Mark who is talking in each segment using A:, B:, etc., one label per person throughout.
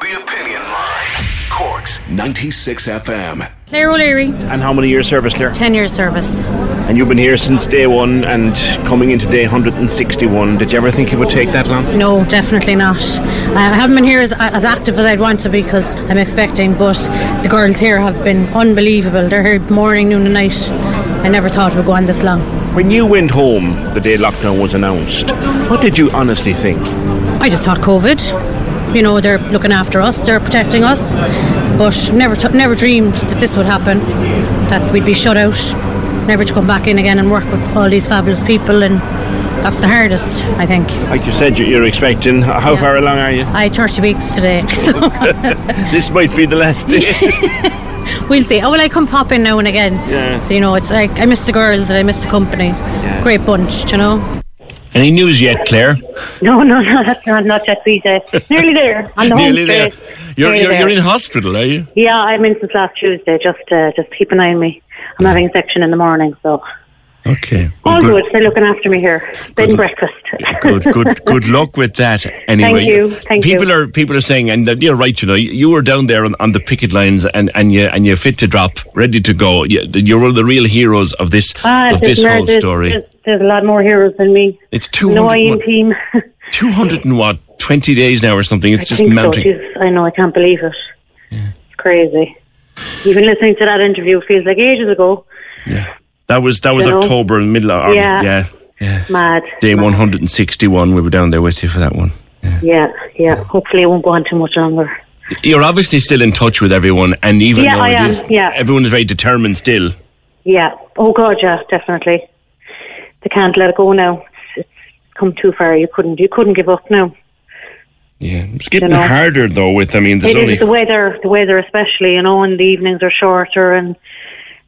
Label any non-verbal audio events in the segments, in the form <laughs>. A: The Opinion Line. Corks 96 FM.
B: Claire O'Leary,
C: And how many years service, Claire?
B: 10 years service.
C: And you've been here since day one and coming into day 161. Did you ever think it would take that long?
B: No, definitely not. Uh, I haven't been here as, as active as I'd want to be because I'm expecting, but the girls here have been unbelievable. They're here morning, noon, and night. I never thought it would go on this long.
C: When you went home the day lockdown was announced, what did you honestly think?
B: I just thought COVID. You know, they're looking after us, they're protecting us, but never, t- never dreamed that this would happen, that we'd be shut out, never to come back in again and work with all these fabulous people, and that's the hardest, I think.
C: Like you said, you- you're expecting. How far along are you? <laughs>
B: I had 30 weeks today, <laughs> so.
C: This might be the last <laughs> day.
B: We'll see. Oh, well, I come pop in now and again.
C: Yeah.
B: So, you know, it's like I miss the girls and I miss the company. Great bunch, do you know?
D: Any news yet, Claire?
E: No, no, no, that's not, not yet, PJ. Nearly there. On
D: <laughs>
E: the
D: Nearly
E: home
D: there.
E: straight.
D: You're,
E: Nearly
D: you're,
E: there.
D: you're in hospital, are you?
E: Yeah, I'm in since last Tuesday. Just uh, just keep an eye on me. I'm having a section in the morning, so.
D: Okay. Well,
E: All good. They're looking after me here. Bed and breakfast.
D: Good,
E: <laughs>
D: good, good luck with that. Anyway,
E: Thank you, thank you.
D: people are people are saying, and you're right. You know, you were down there on, on the picket lines, and, and you and you're fit to drop, ready to go. You- You're one of the real heroes of this
E: Ah,
D: of
E: there's
D: this
E: mer-
D: whole
E: there's-
D: story.
E: There's, there's a lot more heroes than me.
D: It's
E: No, I
D: 200
E: am team. <laughs>
D: Two hundred and what twenty days now or something. It's
E: I
D: just
E: think
D: mounting.
E: So. Jeez, I know. I can't believe it. It's crazy. Even listening to that interview feels like ages ago.
D: that was that was
E: You know?
D: October, in the middle of or-
E: Yeah.
D: yeah,
E: Mad.
D: day
E: Mad.
D: one hundred and sixty one. We were down there with you for that one.
E: Yeah, yeah. Hopefully, it won't go on too much longer.
D: You're obviously still in touch with everyone, and even
E: Yeah,
D: though
E: I
D: it
E: am,
D: is-
E: yeah.
D: everyone is very determined still.
E: Yeah. Oh God, yeah, definitely. They can't let it go now. It's, it's come too far. You couldn't. You couldn't give up now.
D: Yeah, it's getting
E: know?
D: harder though. With I mean, there's
E: It
D: only
E: is the weather. The weather, especially, you know, and the evenings are shorter, and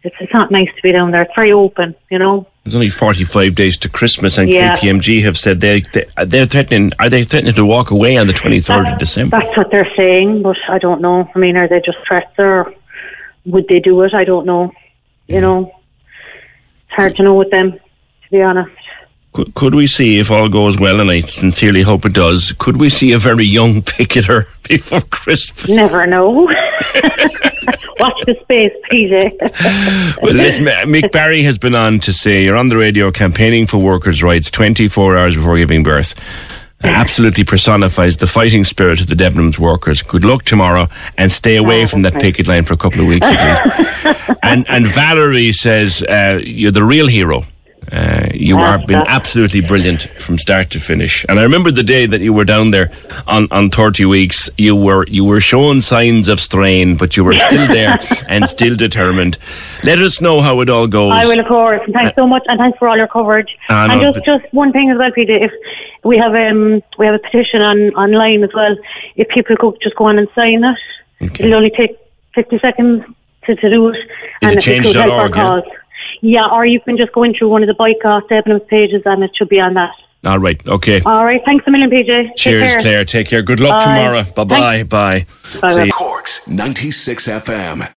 E: it's it's not nice to be down there. It's very open, you know.
D: there's only 45 days to Christmas, and
E: Yeah.
D: KPMG have said they, they they're threatening. Are they threatening to walk away on the
E: Uh,
D: 23rd of December?
E: That's what they're saying, but I don't know. I mean, are they just threats, or would they do it? I don't know. You know, it's hard to know with them, to be honest.
D: Could, could we see if all goes well, and I sincerely hope it does? Could we see a very young <laughs> picketer before Christmas?
E: Never know. <laughs> Watch the space, PJ.
D: Well, listen, Ma- Mick Barry has been on to say you're on the radio campaigning for workers' rights 24 hours before giving birth. Absolutely personifies the fighting spirit of the Debenhams workers. Good luck tomorrow and stay away from that picket line for a couple of weeks at least. and, and Valerie says uh, you're the real hero. Uh, you are been absolutely brilliant from start to finish, and I remember the day that you were down there on, on thirty weeks. You were you were showing signs of strain, but you were
E: <laughs>
D: still there and still determined. Let us know how it all goes.
E: I will, of course. And thanks so much, and thanks for all your coverage.
D: Ah, no,
E: and just,
D: but-
E: just one thing as well, Peter. If we have um we have a petition on online as well, if people could just go on and sign it, it'll only take fifty seconds to, to do it.
D: Is
E: and
D: it
E: if could
D: change.org,
E: help our
D: yeah?
E: cause. Yeah, or you can just go in through one of the boycott Debenhams pages, and it should be on that.
D: all right, okay.
E: All right, thanks a million, PJ. Take
D: Cheers,
E: care.
D: Claire. Take care. Good luck
E: Bye.
D: tomorrow. Bye bye. Bye.
E: Bye-bye.
A: Corks 96 FM.